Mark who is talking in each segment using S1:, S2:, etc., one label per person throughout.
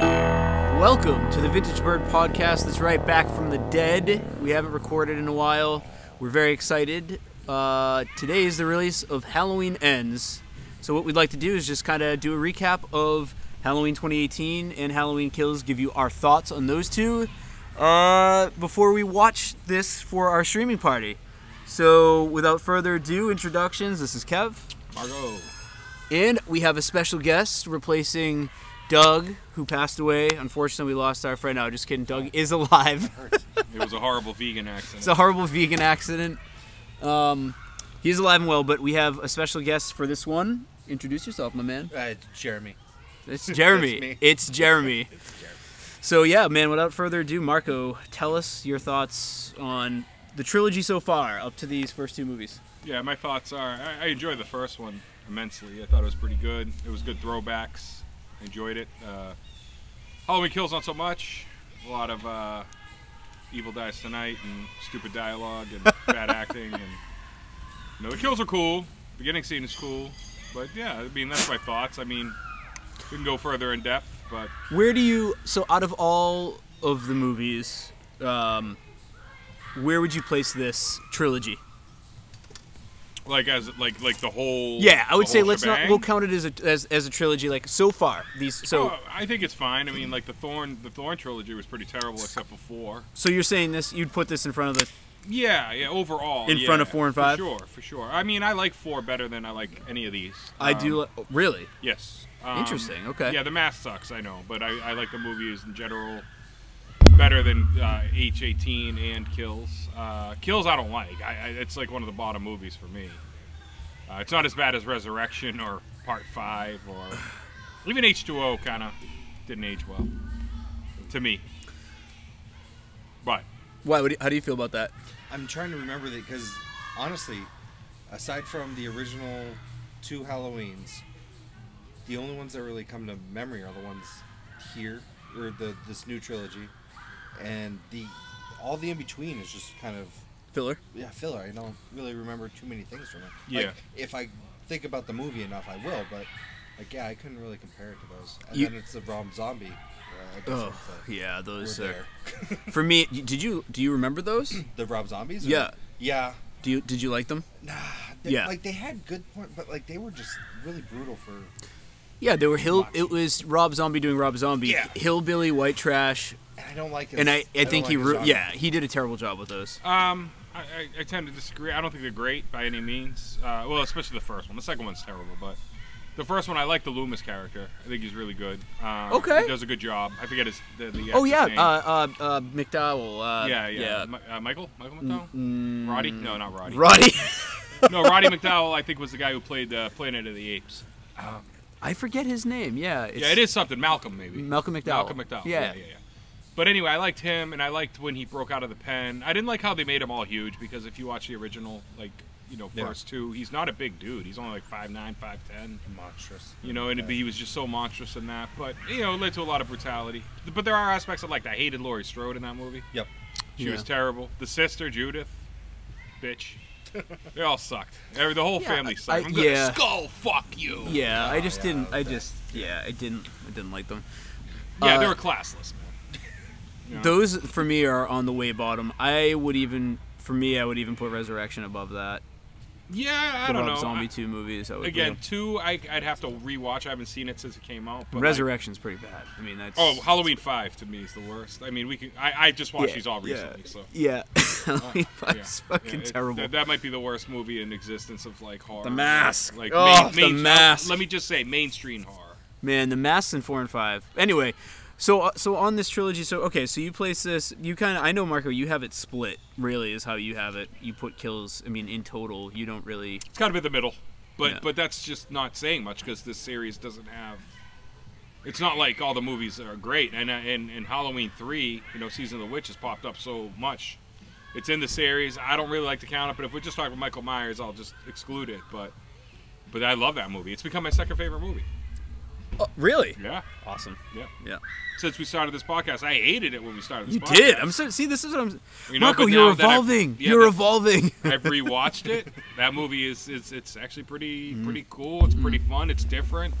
S1: Welcome to the Vintage Bird Podcast. That's right back from the dead. We haven't recorded in a while. We're very excited. Uh, today is the release of Halloween Ends. So, what we'd like to do is just kind of do a recap of Halloween 2018 and Halloween Kills, give you our thoughts on those two uh, before we watch this for our streaming party. So, without further ado, introductions. This is Kev.
S2: Margot.
S1: And we have a special guest replacing Doug, who passed away. Unfortunately, we lost our friend. No, just kidding. Doug is alive.
S2: It was a horrible vegan accident.
S1: it's a horrible vegan accident. Um, he's alive and well, but we have a special guest for this one. Introduce yourself, my man.
S3: Uh, it's Jeremy.
S1: It's Jeremy.
S3: me.
S1: it's Jeremy. So yeah, man. Without further ado, Marco, tell us your thoughts on the trilogy so far, up to these first two movies.
S2: yeah, my thoughts are I, I enjoyed the first one immensely. I thought it was pretty good. It was good throwbacks. I enjoyed it. Uh, Halloween Kills, not so much. A lot of uh, Evil Dies Tonight and stupid dialogue and bad acting. And you know, the kills are cool. Beginning scene is cool. But yeah, I mean, that's my thoughts. I mean, we can go further in depth, but
S1: Where do you? So out of all of the movies, um, where would you place this trilogy?
S2: like as like like the whole
S1: Yeah, I would
S2: the
S1: say
S2: whole
S1: let's not.
S2: shebang.
S1: We'll count it as a as, as a trilogy. Like so far, these. So
S2: Oh, I think it's fine. I mean, like the Thorn, the Thorn trilogy was pretty terrible, except for four.
S1: so you're saying this? You'd put this in front of the.
S2: Yeah, yeah. Overall,
S1: In
S2: yeah,
S1: front of four and five?
S2: for sure, for sure. I mean, I like four better than I like any of these.
S1: I
S2: Um,
S1: do li- really.
S2: Yes. Um,
S1: Interesting, okay.
S2: Yeah, the mask sucks. I know, but I, I like the movies in general better than uh, H18 and Kills. Uh, Kills, I don't like. I, I, it's like one of the bottom movies for me. Uh, it's not as bad as Resurrection or Part Five or even H2O. Kind of didn't age well to me. But
S1: Why? What do you- how do you feel about that?
S3: I'm trying to remember that because honestly, aside from the original two Halloweens, the only ones that really come to memory are the ones here or the this new trilogy, and the all the in between is just kind of
S1: Filler.
S3: yeah filler. I don't really remember too many things from it.
S2: Yeah.
S3: Like, if I think about the movie enough, I will. But like yeah, I couldn't really compare it to those. And
S1: You-
S3: then it's the Rom Zombie. Uh, I guess
S1: Oh
S3: it's, uh,
S1: yeah, those
S3: we're
S1: are.
S3: there.
S1: For me, y- did you do you remember those?
S3: The Rob Zombies? or-
S1: Yeah.
S3: Yeah.
S1: Do you did you like them?
S3: Nah. They,
S1: Yeah.
S3: Like they had good point, but like they were just really brutal for.
S1: Yeah, they were hill. It was Rob Zombie doing Rob Zombie.
S3: Yeah.
S1: Hillbilly, white trash,
S3: And I don't like. His,
S1: and I I
S3: don't
S1: think
S3: like
S1: he
S3: his
S1: ru-
S3: genre.
S1: yeah he did a terrible job with those.
S2: Um, I, I, I tend to disagree. I don't think they're great by any means. Uh, well, especially the first one. The second one's terrible, but the first one I like the Loomis character. I think he's really good. Um,
S1: Okay.
S2: he does a good job. I forget his the, the
S1: Oh
S2: actor's
S1: yeah,
S2: name.
S1: uh, uh, uh, McDowell. Uh,
S2: yeah, yeah, Mi- uh, Michael,
S1: Mm,
S2: Michael McDowell, Roddy. No, not Roddy.
S1: Roddy.
S2: no, Roddy McDowell. I think was the guy who played uh, Planet of the Apes.
S1: I forget his name. Yeah. It's,
S2: yeah, it is something. Malcolm, maybe.
S1: Malcolm McDowell.
S2: Malcolm McDowell.
S1: Yeah.
S2: yeah, yeah. yeah. But anyway, I liked him, and I liked when he broke out of the pen. I didn't like how they made him all huge because if you watch the original, like you know,
S3: Yeah.
S2: first two, he's not a big dude. He's only like five nine, five ten.
S3: Monstrous.
S2: You know, and it'd be- he was just so monstrous in that. But you know, it led to a lot of brutality. But there are aspects I liked. I hated Laurie Strode in that movie.
S3: Yep.
S2: She was
S1: Yeah.
S2: terrible. The sister Judith, bitch. they all sucked. Every- The whole
S1: Yeah,
S2: family
S1: I-
S2: sucked.
S1: I-
S2: I'm gonna
S1: yeah.
S2: skull fuck you.
S1: Yeah, I just
S3: yeah,
S1: didn't. I
S3: okay.
S1: just yeah, I didn't. I didn't like them.
S2: Yeah,
S1: Uh,
S2: they were classless, man. Yeah.
S1: Those for me are on the way bottom. I would even for me, I would even put Resurrection above that.
S2: Yeah, I
S1: the
S2: don't
S1: Rob
S2: know.
S1: Zombie
S2: I-
S1: two movies. I would put
S2: Again,
S1: them.
S2: two, I, I'd have to rewatch. I haven't seen it since it came out. But
S1: Resurrection's pretty bad. I mean, that's
S2: Like, oh, Halloween Five to me is the worst. I mean, we can. I, I just watched
S1: yeah,
S2: these all recently, so Oh,
S1: yeah, so yeah, Halloween
S2: yeah,
S1: Five's
S2: yeah,
S1: fucking
S2: it's-
S1: terrible.
S2: That, that might be the worst movie in existence of like horror.
S1: The Mask.
S2: Like
S1: Oh,
S2: main,
S1: The
S2: main,
S1: Mask.
S2: Let me just say, mainstream horror.
S1: Man, the masks in four and five. Anyway, so uh, so on this trilogy, so okay, so you place this. You kind of, I know, Marco, you have it split. Really, is how you have it. You put kills. I mean, in total, you don't really.
S2: It's kind of in the middle, but
S1: Yeah.
S2: but that's just not saying much because this series doesn't have. It's not like all the movies are great, and uh, and and Halloween three, you know, season of the witch has popped up so much. It's in the series. I don't really like to count it, but if we're just talking about Michael Myers, I'll just exclude it. But but I love that movie. It's become my second favorite movie.
S1: Oh, really?
S2: Yeah,
S1: Awesome.
S2: yeah.
S1: Yeah.
S2: Since we started this podcast, I hated it when we started this
S1: You
S2: podcast.
S1: did. I'm so see. This is what I'm.
S2: You know,
S1: Marco,
S2: but
S1: you're
S2: now that I've-
S1: evolving.
S2: yeah,
S1: you're
S2: but-
S1: evolving.
S2: I've rewatched it. That movie is it's it's actually pretty
S1: Mm-hmm.
S2: pretty cool. It's pretty fun. It's different.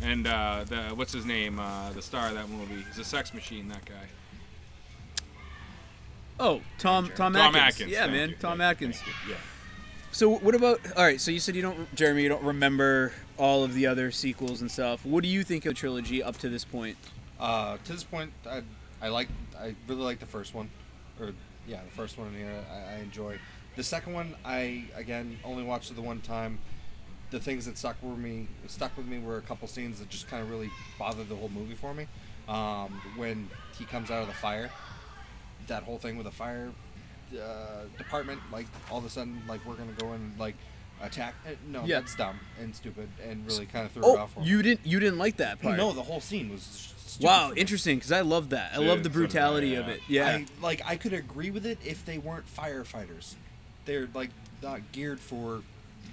S2: And uh, the what's his name? Uh, the star of that movie. He's a sex machine. That guy.
S1: oh, Tom. Tom Atkins.
S2: Tom Atkins.
S1: Yeah,
S2: Thank
S1: man.
S2: you.
S1: Tom
S2: Thank you.
S1: Atkins.
S2: Thank you. Yeah.
S1: So what about? All right. So you said you don't, Jeremy. You don't remember all of the other sequels and stuff. What do you think of the trilogy up to this point?
S3: Uh, to this point, I, I like, I really like the first one, or yeah, the first one here. I, I enjoy. The second one, I again only watched it the one time. The things that stuck with me, stuck with me were a couple scenes that just kind of really bothered the whole movie for me. Um, when he comes out of the fire, that whole thing with the fire uh, department, like all of a sudden, like we're gonna go in and like attack. Uh, no,
S1: Yeah.
S3: that's dumb and stupid, and really kind of threw it
S1: Oh,
S3: off for me.
S1: you didn't. You didn't like that part.
S3: No, the whole scene was. Stupid
S1: Wow,
S3: for me.
S1: interesting. Because I love that. I
S2: Dude,
S1: love the
S2: so did I,
S1: brutality of
S2: yeah.
S1: it. Yeah.
S3: I, like I could agree with it if they weren't firefighters. They're like not geared for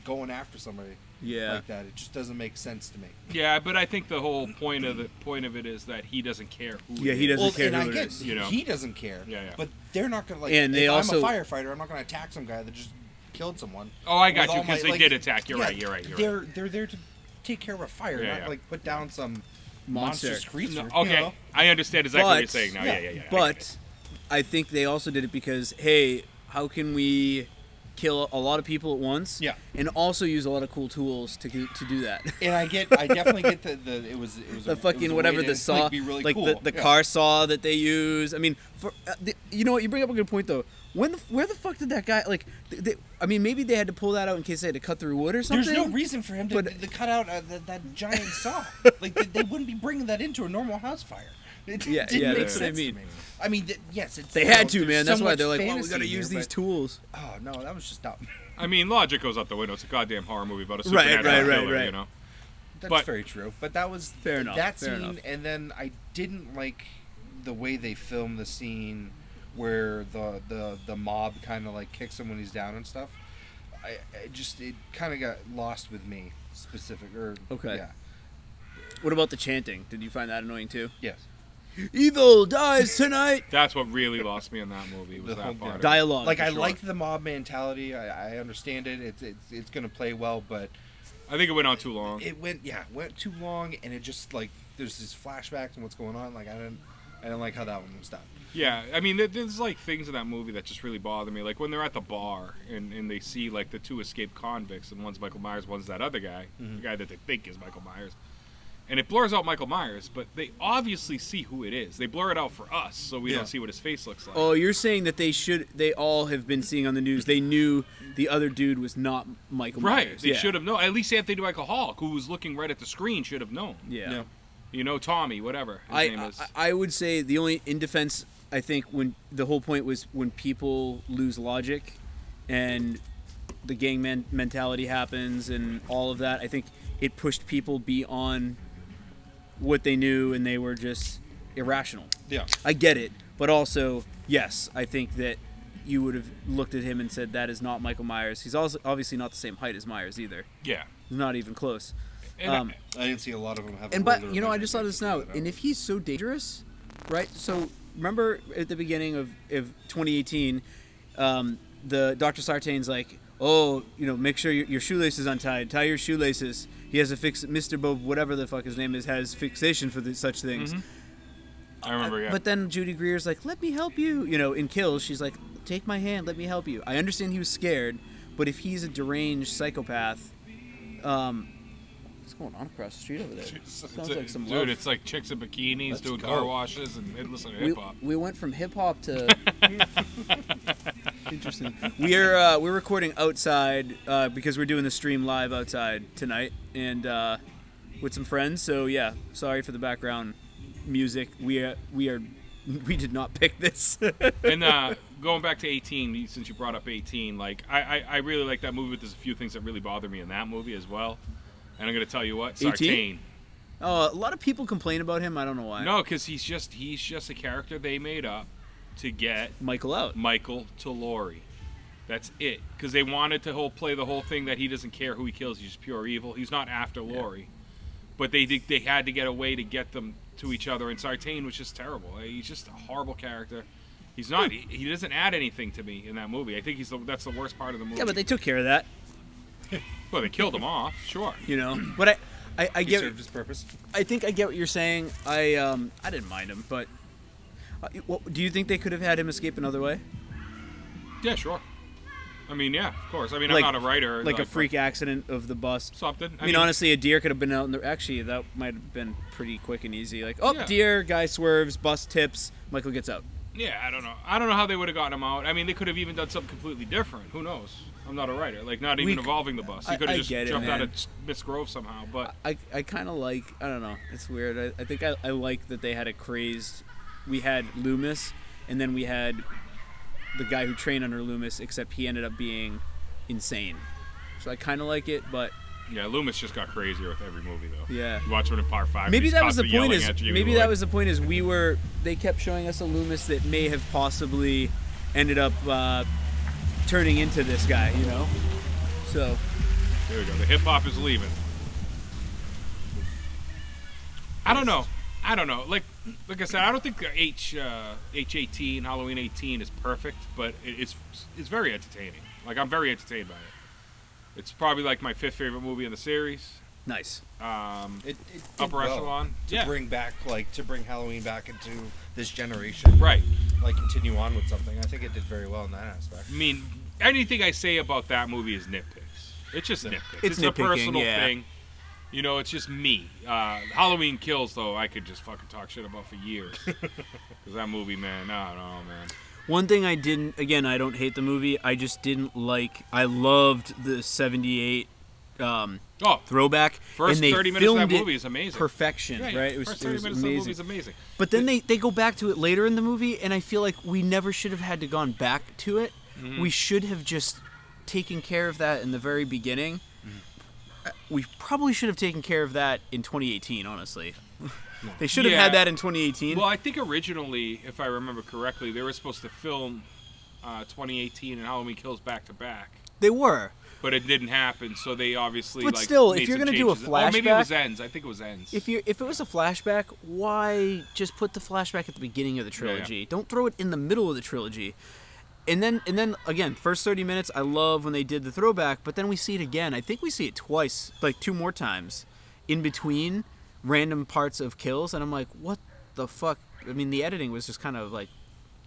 S3: going after somebody
S1: Yeah.
S3: like that. It just doesn't make sense to me.
S2: Yeah, but I think the whole point of the point of it is that he doesn't care who.
S1: Yeah,
S2: it
S1: he
S2: is.
S1: doesn't care
S3: and
S1: who
S3: I
S1: it
S3: get
S1: is,
S2: you know?
S3: he doesn't care.
S2: Yeah, yeah.
S3: But they're not gonna like.
S1: And they
S3: if
S1: also-
S3: I'm a firefighter. I'm not gonna attack some guy that just killed someone.
S2: Oh, I got
S3: with
S2: you
S3: all my,
S2: because they
S3: like-
S2: did attack. You're
S3: yeah,
S2: right. You're right. You're
S3: they're
S2: right.
S3: they're there to take care of a fire,
S2: Yeah,
S3: not
S2: yeah.
S3: like put down some
S1: Monster.
S3: monstrous
S2: No,
S3: creature. you
S2: okay,
S3: know?
S2: I understand exactly what you're
S1: But-
S2: saying now. Yeah,
S3: yeah,
S2: yeah, yeah. I get it.
S1: But I think they also did it because hey, how can we kill a lot of people at once?
S3: Yeah.
S1: And also use a lot of cool tools to do- to do that.
S3: And I get, I definitely get the, the it was it was a-
S1: the
S3: it was
S1: fucking
S3: a way
S1: whatever
S3: to,
S1: the saw,
S3: like, be really cool.
S1: the, the
S3: Yeah.
S1: car saw that they use. I mean, for, uh, the, you know what? You bring up a good point though. When the, where the fuck did that guy like? th they, I mean, maybe they had to pull that out in case they had to cut through wood or something.
S3: There's no reason for him to,
S1: But-
S3: to cut out uh, that, that giant saw. like they, they wouldn't be bringing that into a normal house fire. It
S1: Yeah,
S3: didn't
S1: yeah,
S3: make
S1: that's what I
S3: sense to
S1: mean.
S3: me. I mean, th- yes, it's,
S1: They
S3: you know,
S1: had to,
S3: there's
S1: man.
S3: so
S1: That's why
S3: much
S1: they're like, well, we
S3: fantasy
S1: gotta
S3: here,
S1: use these
S3: but-
S1: tools.
S3: Oh no, that was just dumb.
S2: I mean, logic goes out the window. It's a goddamn horror movie about a
S1: Right,
S2: supernatural
S1: right, right,
S2: killer.
S1: right.
S2: You know.
S3: That's
S2: But-
S3: very true. But that was
S1: Fair enough,
S3: That
S1: fair
S3: scene,
S1: enough.
S3: and then I didn't like the way they filmed the scene where the the the mob kind of like kicks him when he's down and stuff. I, I just it kind of got lost with me specific or
S1: Okay.
S3: yeah
S1: What about the chanting? Did you find that annoying too?
S3: yes
S1: Evil dies tonight.
S2: That's what really lost me in that movie was
S3: The whole-
S2: that part. of it.
S1: Dialogue.
S3: like
S1: for
S3: I
S1: sure.
S3: like the mob mentality. I, I understand it. It's it's it's gonna play well, but
S2: I think it went on too long.
S3: it went yeah it went too long, and it just like there's these flashbacks and what's going on. Like I didn't I didn't like how that one was done.
S2: Yeah, I mean, there- there's like things in that movie that just really bother me. Like when they're at the bar and, and they see like the two escaped convicts, and one's Michael Myers, one's that other guy,
S1: Mm-hmm.
S2: the guy that they think is Michael Myers. And it blurs out Michael Myers, but they obviously see who it is. They blur it out for us, so we
S3: Yeah.
S2: don't see what his face looks like.
S1: Oh, you're saying that they should? They all have been seeing on the news. They knew the other dude was not Michael
S2: right?
S1: Myers.
S2: They
S1: Yeah.
S2: should have known. At least Anthony Michael Hall, who was looking right at the screen, should have known.
S1: Yeah.
S2: You know, Tommy, whatever his
S1: I,
S2: name is.
S1: I I would say the only in defense I think when the whole point was when people lose logic and the gang men- mentality happens and all of that I think it pushed people beyond what they knew and they were just irrational.
S3: Yeah.
S1: I get it, but also yes, I think that you would have looked at him and said that is not Michael Myers. He's also obviously not the same height as Myers either.
S2: yeah.
S1: He's not even close.
S2: And I-
S1: um,
S3: I didn't see a lot of them have.
S1: And
S3: a
S1: but
S3: older
S1: you know, I
S3: man
S1: just saw
S3: to
S1: this
S3: do
S1: now.
S3: that.
S1: And if he's so dangerous, right? So remember at the beginning of, of 2018, um, the Dr. Sartain's like, oh, you know, make sure your, your shoelace is untied. Tie your shoelaces. He has a fix. Mr. Bob, whatever the fuck his name is, has fixation for the, such things.
S2: I remember. Yeah.
S1: But then Judy Greer's like, let me help you. You know, in Kills, she's like, take my hand, let me help you. I understand he was scared, but if he's a deranged psychopath, um, what's going on across the street over there? Sounds
S2: It's a-
S1: like some
S2: dude,
S1: love.
S2: it's like chicks in bikinis
S3: Let's
S2: doing
S3: go.
S2: car washes and and listening to
S1: we,
S2: hip hop.
S1: we went from hip hop to interesting. We are uh, we're recording outside uh, because we're doing the stream live outside tonight and uh, with some friends. So yeah, sorry for the background music. We are we are we did not pick this.
S2: and uh, going back to 18, you- since you brought up 18, like I, I, I really like that movie, but there's a few things that really bother me in that movie as well. And I'm gonna tell you what,
S1: 18?
S2: Sartain.
S1: oh, a lot of people complain about him. I don't know why.
S2: No, because he's just he's just a character they made up to get
S1: Michael out.
S2: Michael to Lori. That's it. Because they wanted to whole play the whole thing that he doesn't care who he kills. He's just pure evil. He's not after Lori. but they did, they had to get a way to get them to each other. And Sartain was just terrible. Eh, He's just a horrible character. He's not.
S1: Hmm.
S2: He, he doesn't add anything to me in that movie. I think he's the, that's the worst part of the movie.
S1: Yeah, but they took care of that.
S2: well, they killed him off. Sure.
S1: You know, but I, I, I
S3: He
S1: get.
S3: served his purpose.
S1: I think I get what you're saying. I, um, I didn't mind him, but uh, what, do you think they could have had him escape another way,
S2: Yeah, sure. I mean, yeah, of course. I mean,
S1: Like-
S2: I'm not a writer.
S1: like a freak accident of the bus?
S2: Something.
S1: I mean, honestly, a deer could have been out in the. Actually, that might have been pretty quick and easy. Like, oh,
S2: Yeah.
S1: deer, guy swerves, bus tips, Michael gets out.
S2: Yeah, I don't know. I don't know how they would have gotten him out. I mean, they could have even done something completely different. Who knows? I'm not a writer. Like, not even
S1: c-
S2: involving the bus.
S1: I-
S2: He could
S1: I
S2: have just
S1: get it,
S2: jumped out
S1: man.
S2: of S- Miss Grove somehow. But
S1: I, I kind of like, I don't know, it's weird. I, I think I, I like that they had a crazed. We had Loomis, and then we had the guy who trained under Loomis, except he ended up being insane. So I kind of like it, but
S2: yeah, Loomis just got crazier with every movie, though.
S1: Yeah.
S2: You watch him in Part Five.
S1: maybe
S2: these
S1: that was
S2: cops
S1: the
S2: are
S1: point.
S2: yelling
S1: Is
S2: at you,
S1: maybe
S2: like,
S1: that was the point. Is we were they kept showing us a Loomis that may have possibly ended up uh, turning into this guy, you know. So
S2: There we go. The hip hop is leaving. I don't know. I don't know. Like, like I said, I don't think the H uh, H eighteen Halloween eighteen is perfect, but it, it's it's very entertaining. Like I'm very entertained by it. It's probably like my fifth favorite movie in the series.
S1: nice.
S2: Um,
S3: It, it did
S2: Upper
S3: well
S2: echelon?
S3: to
S2: Yeah.
S3: bring back like to bring Halloween back into this generation.
S2: right.
S3: Like continue on with something. I think it did very well in that aspect.
S2: I mean, anything I say about that movie is nitpicks. It's just nitpicks.
S1: It's
S2: It's, a
S1: nitpicking,
S2: personal
S1: yeah.
S2: thing. You know, it's just me. Uh, Halloween Kills, though, I could just fucking talk shit about for years. Because that movie, man, I don't know, man.
S1: One thing I didn't again, I don't hate the movie. I just didn't like. I loved the '78 um,
S2: Oh,
S1: throwback.
S2: first
S1: and they
S2: 30 minutes of that
S1: filmed it
S2: movie is amazing.
S1: perfection,
S2: Yeah, yeah,
S1: right? It was,
S2: first
S1: it
S2: 30
S1: was
S2: minutes of that movie
S1: amazing.
S2: is amazing.
S1: But then they, they go back to it later in the movie, and I feel like we never should have had to gone back to it.
S2: Mm-hmm.
S1: We should have just taken care of that in the very beginning.
S2: Mm-hmm.
S1: Uh, We probably should have taken care of that in 2018, honestly. they should have had
S2: Yeah.
S1: that in 2018.
S2: Well, I think originally, if I remember correctly, they were supposed to film uh, 2018 and Halloween Kills back to back.
S1: they were.
S2: But it didn't happen, so they obviously.
S1: But
S2: like,
S1: still,
S2: made
S1: if you're
S2: some
S1: gonna do a
S2: changes. Or maybe it was
S1: flashback-
S2: ends. I think it was ends.
S1: If you if it was a flashback, why just put the flashback at the beginning of the
S2: yeah.
S1: trilogy? Don't throw it in the middle of the trilogy. And then and then again, first 30 minutes I love when they did the throwback, but then we see it again. I think we see it twice, like two more times in between random parts of kills and I'm like, "What the fuck?" I mean, the editing was just kind of like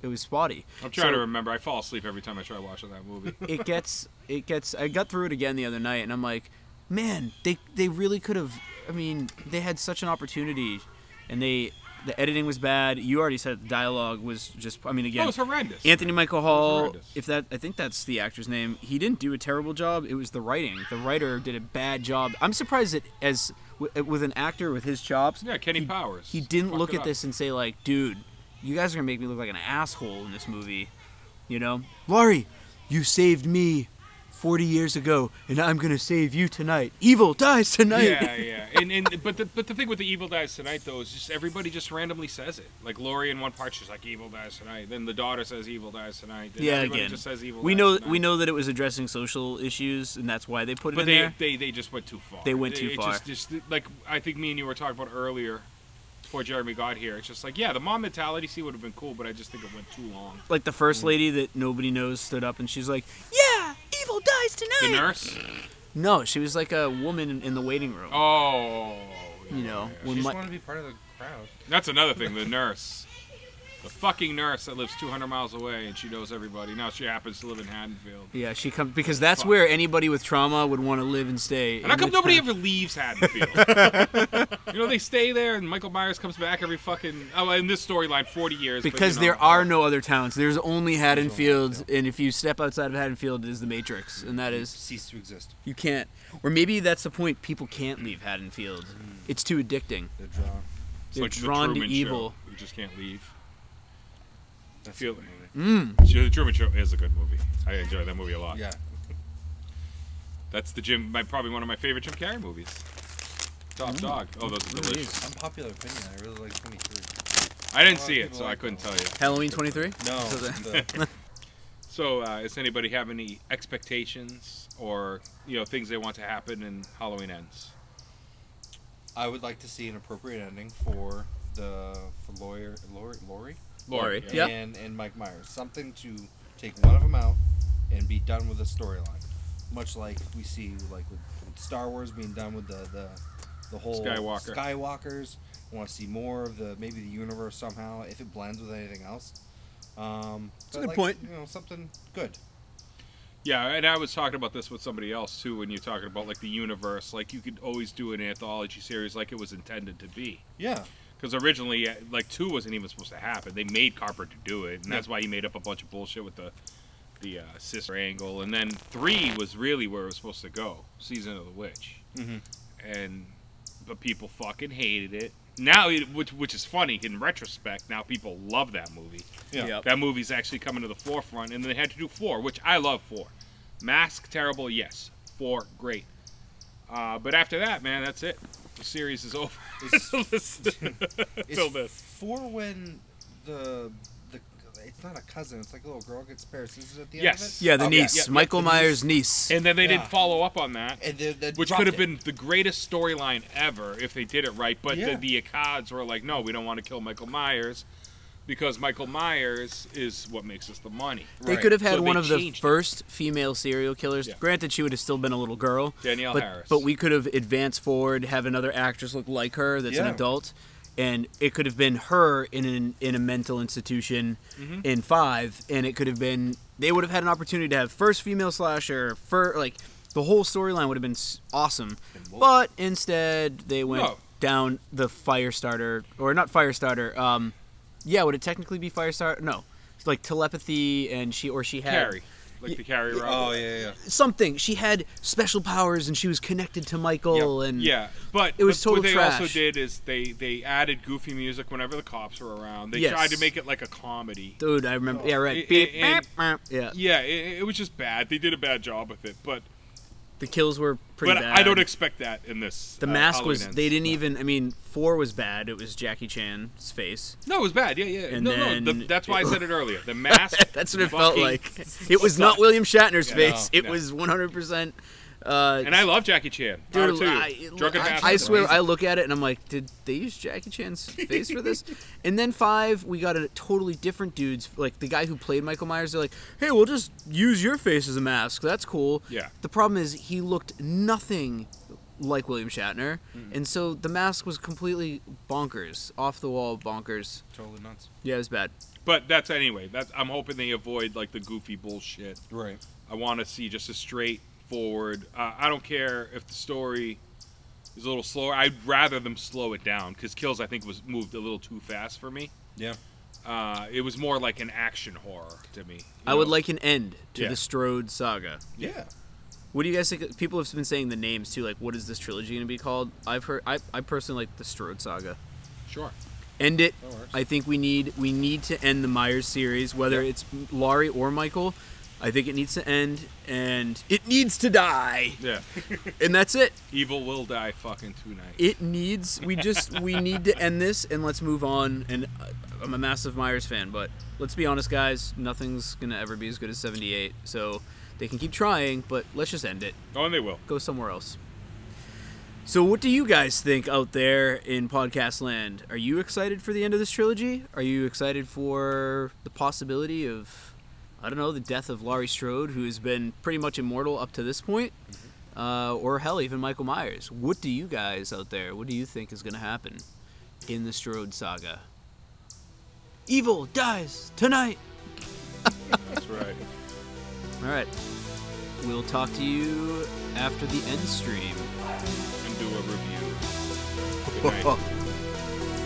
S1: it was spotty.
S2: I'm trying
S1: So-
S2: to remember. I fall asleep every time I try watching that movie. Oh,
S1: it gets it gets I got through it again the other night and I'm like, man, they they really could have I mean, they had such an opportunity and they the editing was bad. You already said the dialogue was just I mean
S2: That
S1: again
S2: was Oh, horrendous.
S1: Anthony Michael Hall,
S2: horrendous.
S1: if that I think that's the actor's name, he didn't do a terrible job. It was the writing. The writer did a bad job. I'm surprised that as wi- with an actor with his chops,
S2: yeah, Kenny
S1: he,
S2: Powers.
S1: he didn't
S2: Fucked
S1: look
S2: it
S1: at
S2: up.
S1: this and say like, dude, you guys are gonna make me look like an asshole in this movie. You know, Laurie, you saved me 40 years ago, and I'm gonna save you tonight. Evil dies tonight.
S2: Yeah, yeah, and, and but the but the thing with the evil dies tonight though is just everybody just randomly says it. Like Lori in one part she's like evil dies tonight, then the daughter says evil dies tonight. Then
S1: Yeah,
S2: everybody
S1: again,
S2: just says evil.
S1: we
S2: dies
S1: know
S2: tonight.
S1: we know that it was addressing social issues, and that's why they put it
S2: But
S1: in
S2: they,
S1: there.
S2: they they just went too far.
S1: They went too
S2: it
S1: far.
S2: Just, just like I think me and you were talking about earlier. Before Jeremy got here, it's just like yeah, the mom mentality scene would have been cool, but I just think it went too long.
S1: Like the
S2: Mm.
S1: first lady that nobody knows stood up, and she's like, "Yeah, evil dies
S2: The
S1: tonight."
S2: nurse.
S1: No, she was like a woman in, in the waiting room.
S2: Oh.
S1: You
S2: yeah,
S1: know,
S2: yeah.
S3: She
S1: when
S3: just
S1: my,
S3: wanted to be part of the crowd.
S2: That's another thing. The nurse, the fucking nurse that lives 200 miles away, and she knows everybody. Now she happens to live in Haddonfield.
S1: yeah, she comes because that's
S2: Fuck.
S1: where anybody with trauma would want to live and stay.
S2: And how
S1: in
S2: come
S1: the
S2: nobody
S1: town.
S2: ever leaves Haddonfield? you know, they stay there, and Michael Myers comes back every fucking. Oh, in this storyline, 40 years. but,
S1: Because
S2: you know,
S1: there are no other towns. There's only Haddonfields, and if you step outside of Haddonfield, it is the Matrix, and that is
S3: Ceased to exist.
S1: you can't. Or maybe that's the point. People can't leave Haddonfield. It's too addicting.
S3: The draw.
S2: Hmm. it's
S1: they're
S2: like the
S1: drawn to
S2: Truman Show.
S1: evil.
S2: You just can't leave.
S3: That's
S2: Feel-
S3: a good movie.
S1: Mm.
S2: The Truman Show is a good movie. I enjoy that movie a lot.
S3: Yeah.
S2: That's the Jim, my, probably one of my favorite Jim Carrey movies. Top
S1: Mm.
S2: Dog. Oh, those are delicious.
S3: Unpopular opinion. I really like 23.
S2: I didn't
S3: lot
S2: see
S3: of
S2: it,
S3: people
S2: so I
S3: like
S2: couldn't
S3: that
S2: tell
S3: one.
S1: Halloween
S2: you.
S1: 23.
S3: No.
S1: So the-
S3: the-
S2: So, uh, does anybody have any expectations or you know things they want to happen in Halloween Ends?
S3: I would like to see an appropriate ending for the for lawyer Lori Lori
S1: Lori.
S2: yeah.
S1: Yep.
S3: and and Mike Myers. Something to take one of them out and be done with the storyline, much like we see like with, with Star Wars being done with the the, the whole
S2: Skywalker.
S3: Skywalkers. I want to see more of the maybe the universe somehow if it blends with anything else. Um,
S1: That's a
S3: but,
S1: good
S3: like,
S1: point.
S3: You know something good.
S2: Yeah, and I was talking about this with somebody else too. When you're talking about like the universe, like you could always do an anthology series like it was intended to be.
S3: Yeah.
S2: Because originally, uh, like two wasn't even supposed to happen. They made Carper to do it, and that's why he made up a bunch of bullshit with the the uh, sister angle. And then three was really where it was supposed to go, season of the witch.
S3: Mhm.
S2: And but people fucking hated it. Now, it, which which is funny in retrospect, now people love that movie.
S3: Yeah.
S1: Yep.
S2: That movie's actually coming to the forefront, and they had to do four, which I love four. Mask terrible, yes. Four great. Uh, but after that, man, that's it. The series is over.
S3: It's- It's
S2: Till this.
S3: for when the the it's not a cousin. It's like a little girl gets paralysis at the
S2: Yes.
S3: end
S1: Yeah, the
S2: Oh, yeah,
S1: niece,
S2: yeah, yeah,
S1: Michael
S3: the niece.
S1: Myers' niece.
S2: And then they
S3: Yeah.
S2: didn't follow up on that,
S3: of it. And they- they
S2: which
S3: dropped
S2: could have
S3: it.
S2: been the greatest storyline ever if they did it right. But the,
S3: Yeah.
S2: the Akkads were like, no, we don't want to kill Michael Myers because Michael Myers is what makes us the money.
S1: They
S3: Right.
S1: could have had
S2: So they
S1: one of the
S2: changed it.
S1: first female serial killers.
S2: Yeah.
S1: Granted, she would have still been a little girl.
S2: Danielle
S1: but,
S2: Harris.
S1: But we could have advanced forward, have another actress look like her that's
S3: Yeah.
S1: an adult, and it could have been her in an, in a mental institution
S2: Mm-hmm.
S1: in five, and it could have been they would have had an opportunity to have first female slasher, fir, like the whole storyline would have been s- awesome. But instead, they went
S2: No.
S1: down the Firestarter or not Firestarter. Um, yeah, would it technically be Firestarter? No. It's like telepathy and she or she had
S2: Carrie. Like the Carrie Robert.
S3: Oh yeah, yeah.
S1: something. She had special powers and she was connected to Michael
S2: Yep.
S1: and
S2: yeah, but
S1: it was
S2: but
S1: total
S2: what they
S1: trash.
S2: also did is they they added goofy music whenever the cops were around. They
S1: Yes.
S2: tried to make it like a comedy.
S1: Dude, I remember. Yeah, right.
S2: And-
S1: Beep,
S2: Oh, and-
S1: beep, beep. yeah.
S2: yeah, it, it was just bad. They did a bad job with it, but
S1: The kills were pretty
S2: but
S1: bad.
S2: I don't expect that in this.
S1: The
S2: uh,
S1: mask
S2: Halloween
S1: was.
S2: Ends.
S1: They didn't even. I mean, four was bad. It was Jackie Chan's face.
S2: No, it was bad. Yeah, yeah.
S1: And
S2: no, no.
S1: then-
S2: The, that's why I said it earlier. The mask.
S1: That's what it felt
S2: fucking-
S1: like. It was not William Shatner's
S2: Yeah,
S1: face.
S2: no,
S1: it
S2: no.
S1: was 100. Uh,
S2: And I love Jackie Chan.
S1: Dude,
S2: too.
S1: I,
S2: Drunken
S1: I-
S2: Master.
S1: I swear,
S3: amazing.
S1: I look at it and I'm like, did they use Jackie Chan's face for this? and then five, we got a totally different dude's, like the guy who played Michael Myers. They're like, hey, we'll just use your face as a mask. That's cool.
S2: Yeah.
S1: The problem is he looked nothing like William Shatner, and so the mask was completely bonkers, off the wall bonkers.
S3: Totally nuts.
S1: Yeah, it was bad.
S2: But that's anyway. That's I'm hoping they avoid like the goofy bullshit.
S3: Right.
S2: I want to see just a straightforward. Uh, I don't care if the story is a little slower. I'd rather them slow it down because Kills I think was moved a little too fast for me.
S3: Yeah.
S2: Uh, it was more like an action horror to me. you
S1: I would
S2: know?
S1: like an end to
S2: Yeah.
S1: the Strode saga.
S3: Yeah.
S1: What do you guys think? People have been saying the names too. Like, what is this trilogy going to be called? I've heard. I, I personally like the Strode saga.
S2: sure.
S1: End it.
S3: That works.
S1: I think we need we need to end the Myers series, whether it's Laurie or Michael. I think it needs to end, and it needs to die,
S2: Yeah,
S1: and that's it.
S2: evil will die fucking tonight.
S1: It needs. We just we need to end this, and let's move on. And uh, I'm a massive Myers fan, but let's be honest, guys. Nothing's gonna ever be as good as '78. So they can keep trying, but let's just end it.
S2: oh, and they will.
S1: go somewhere else. So, what do you guys think out there in podcast land? Are you excited for the end of this trilogy? Are you excited for the possibility of, I don't know, the death of Laurie Strode, who has been pretty much immortal up to this point? Uh, or hell, even Michael Myers. What do you guys out there? What do you think is going to happen in the Strode saga? Evil dies tonight.
S2: That's right.
S1: All right, we'll talk to you after the end stream.
S2: And do a review. Good night.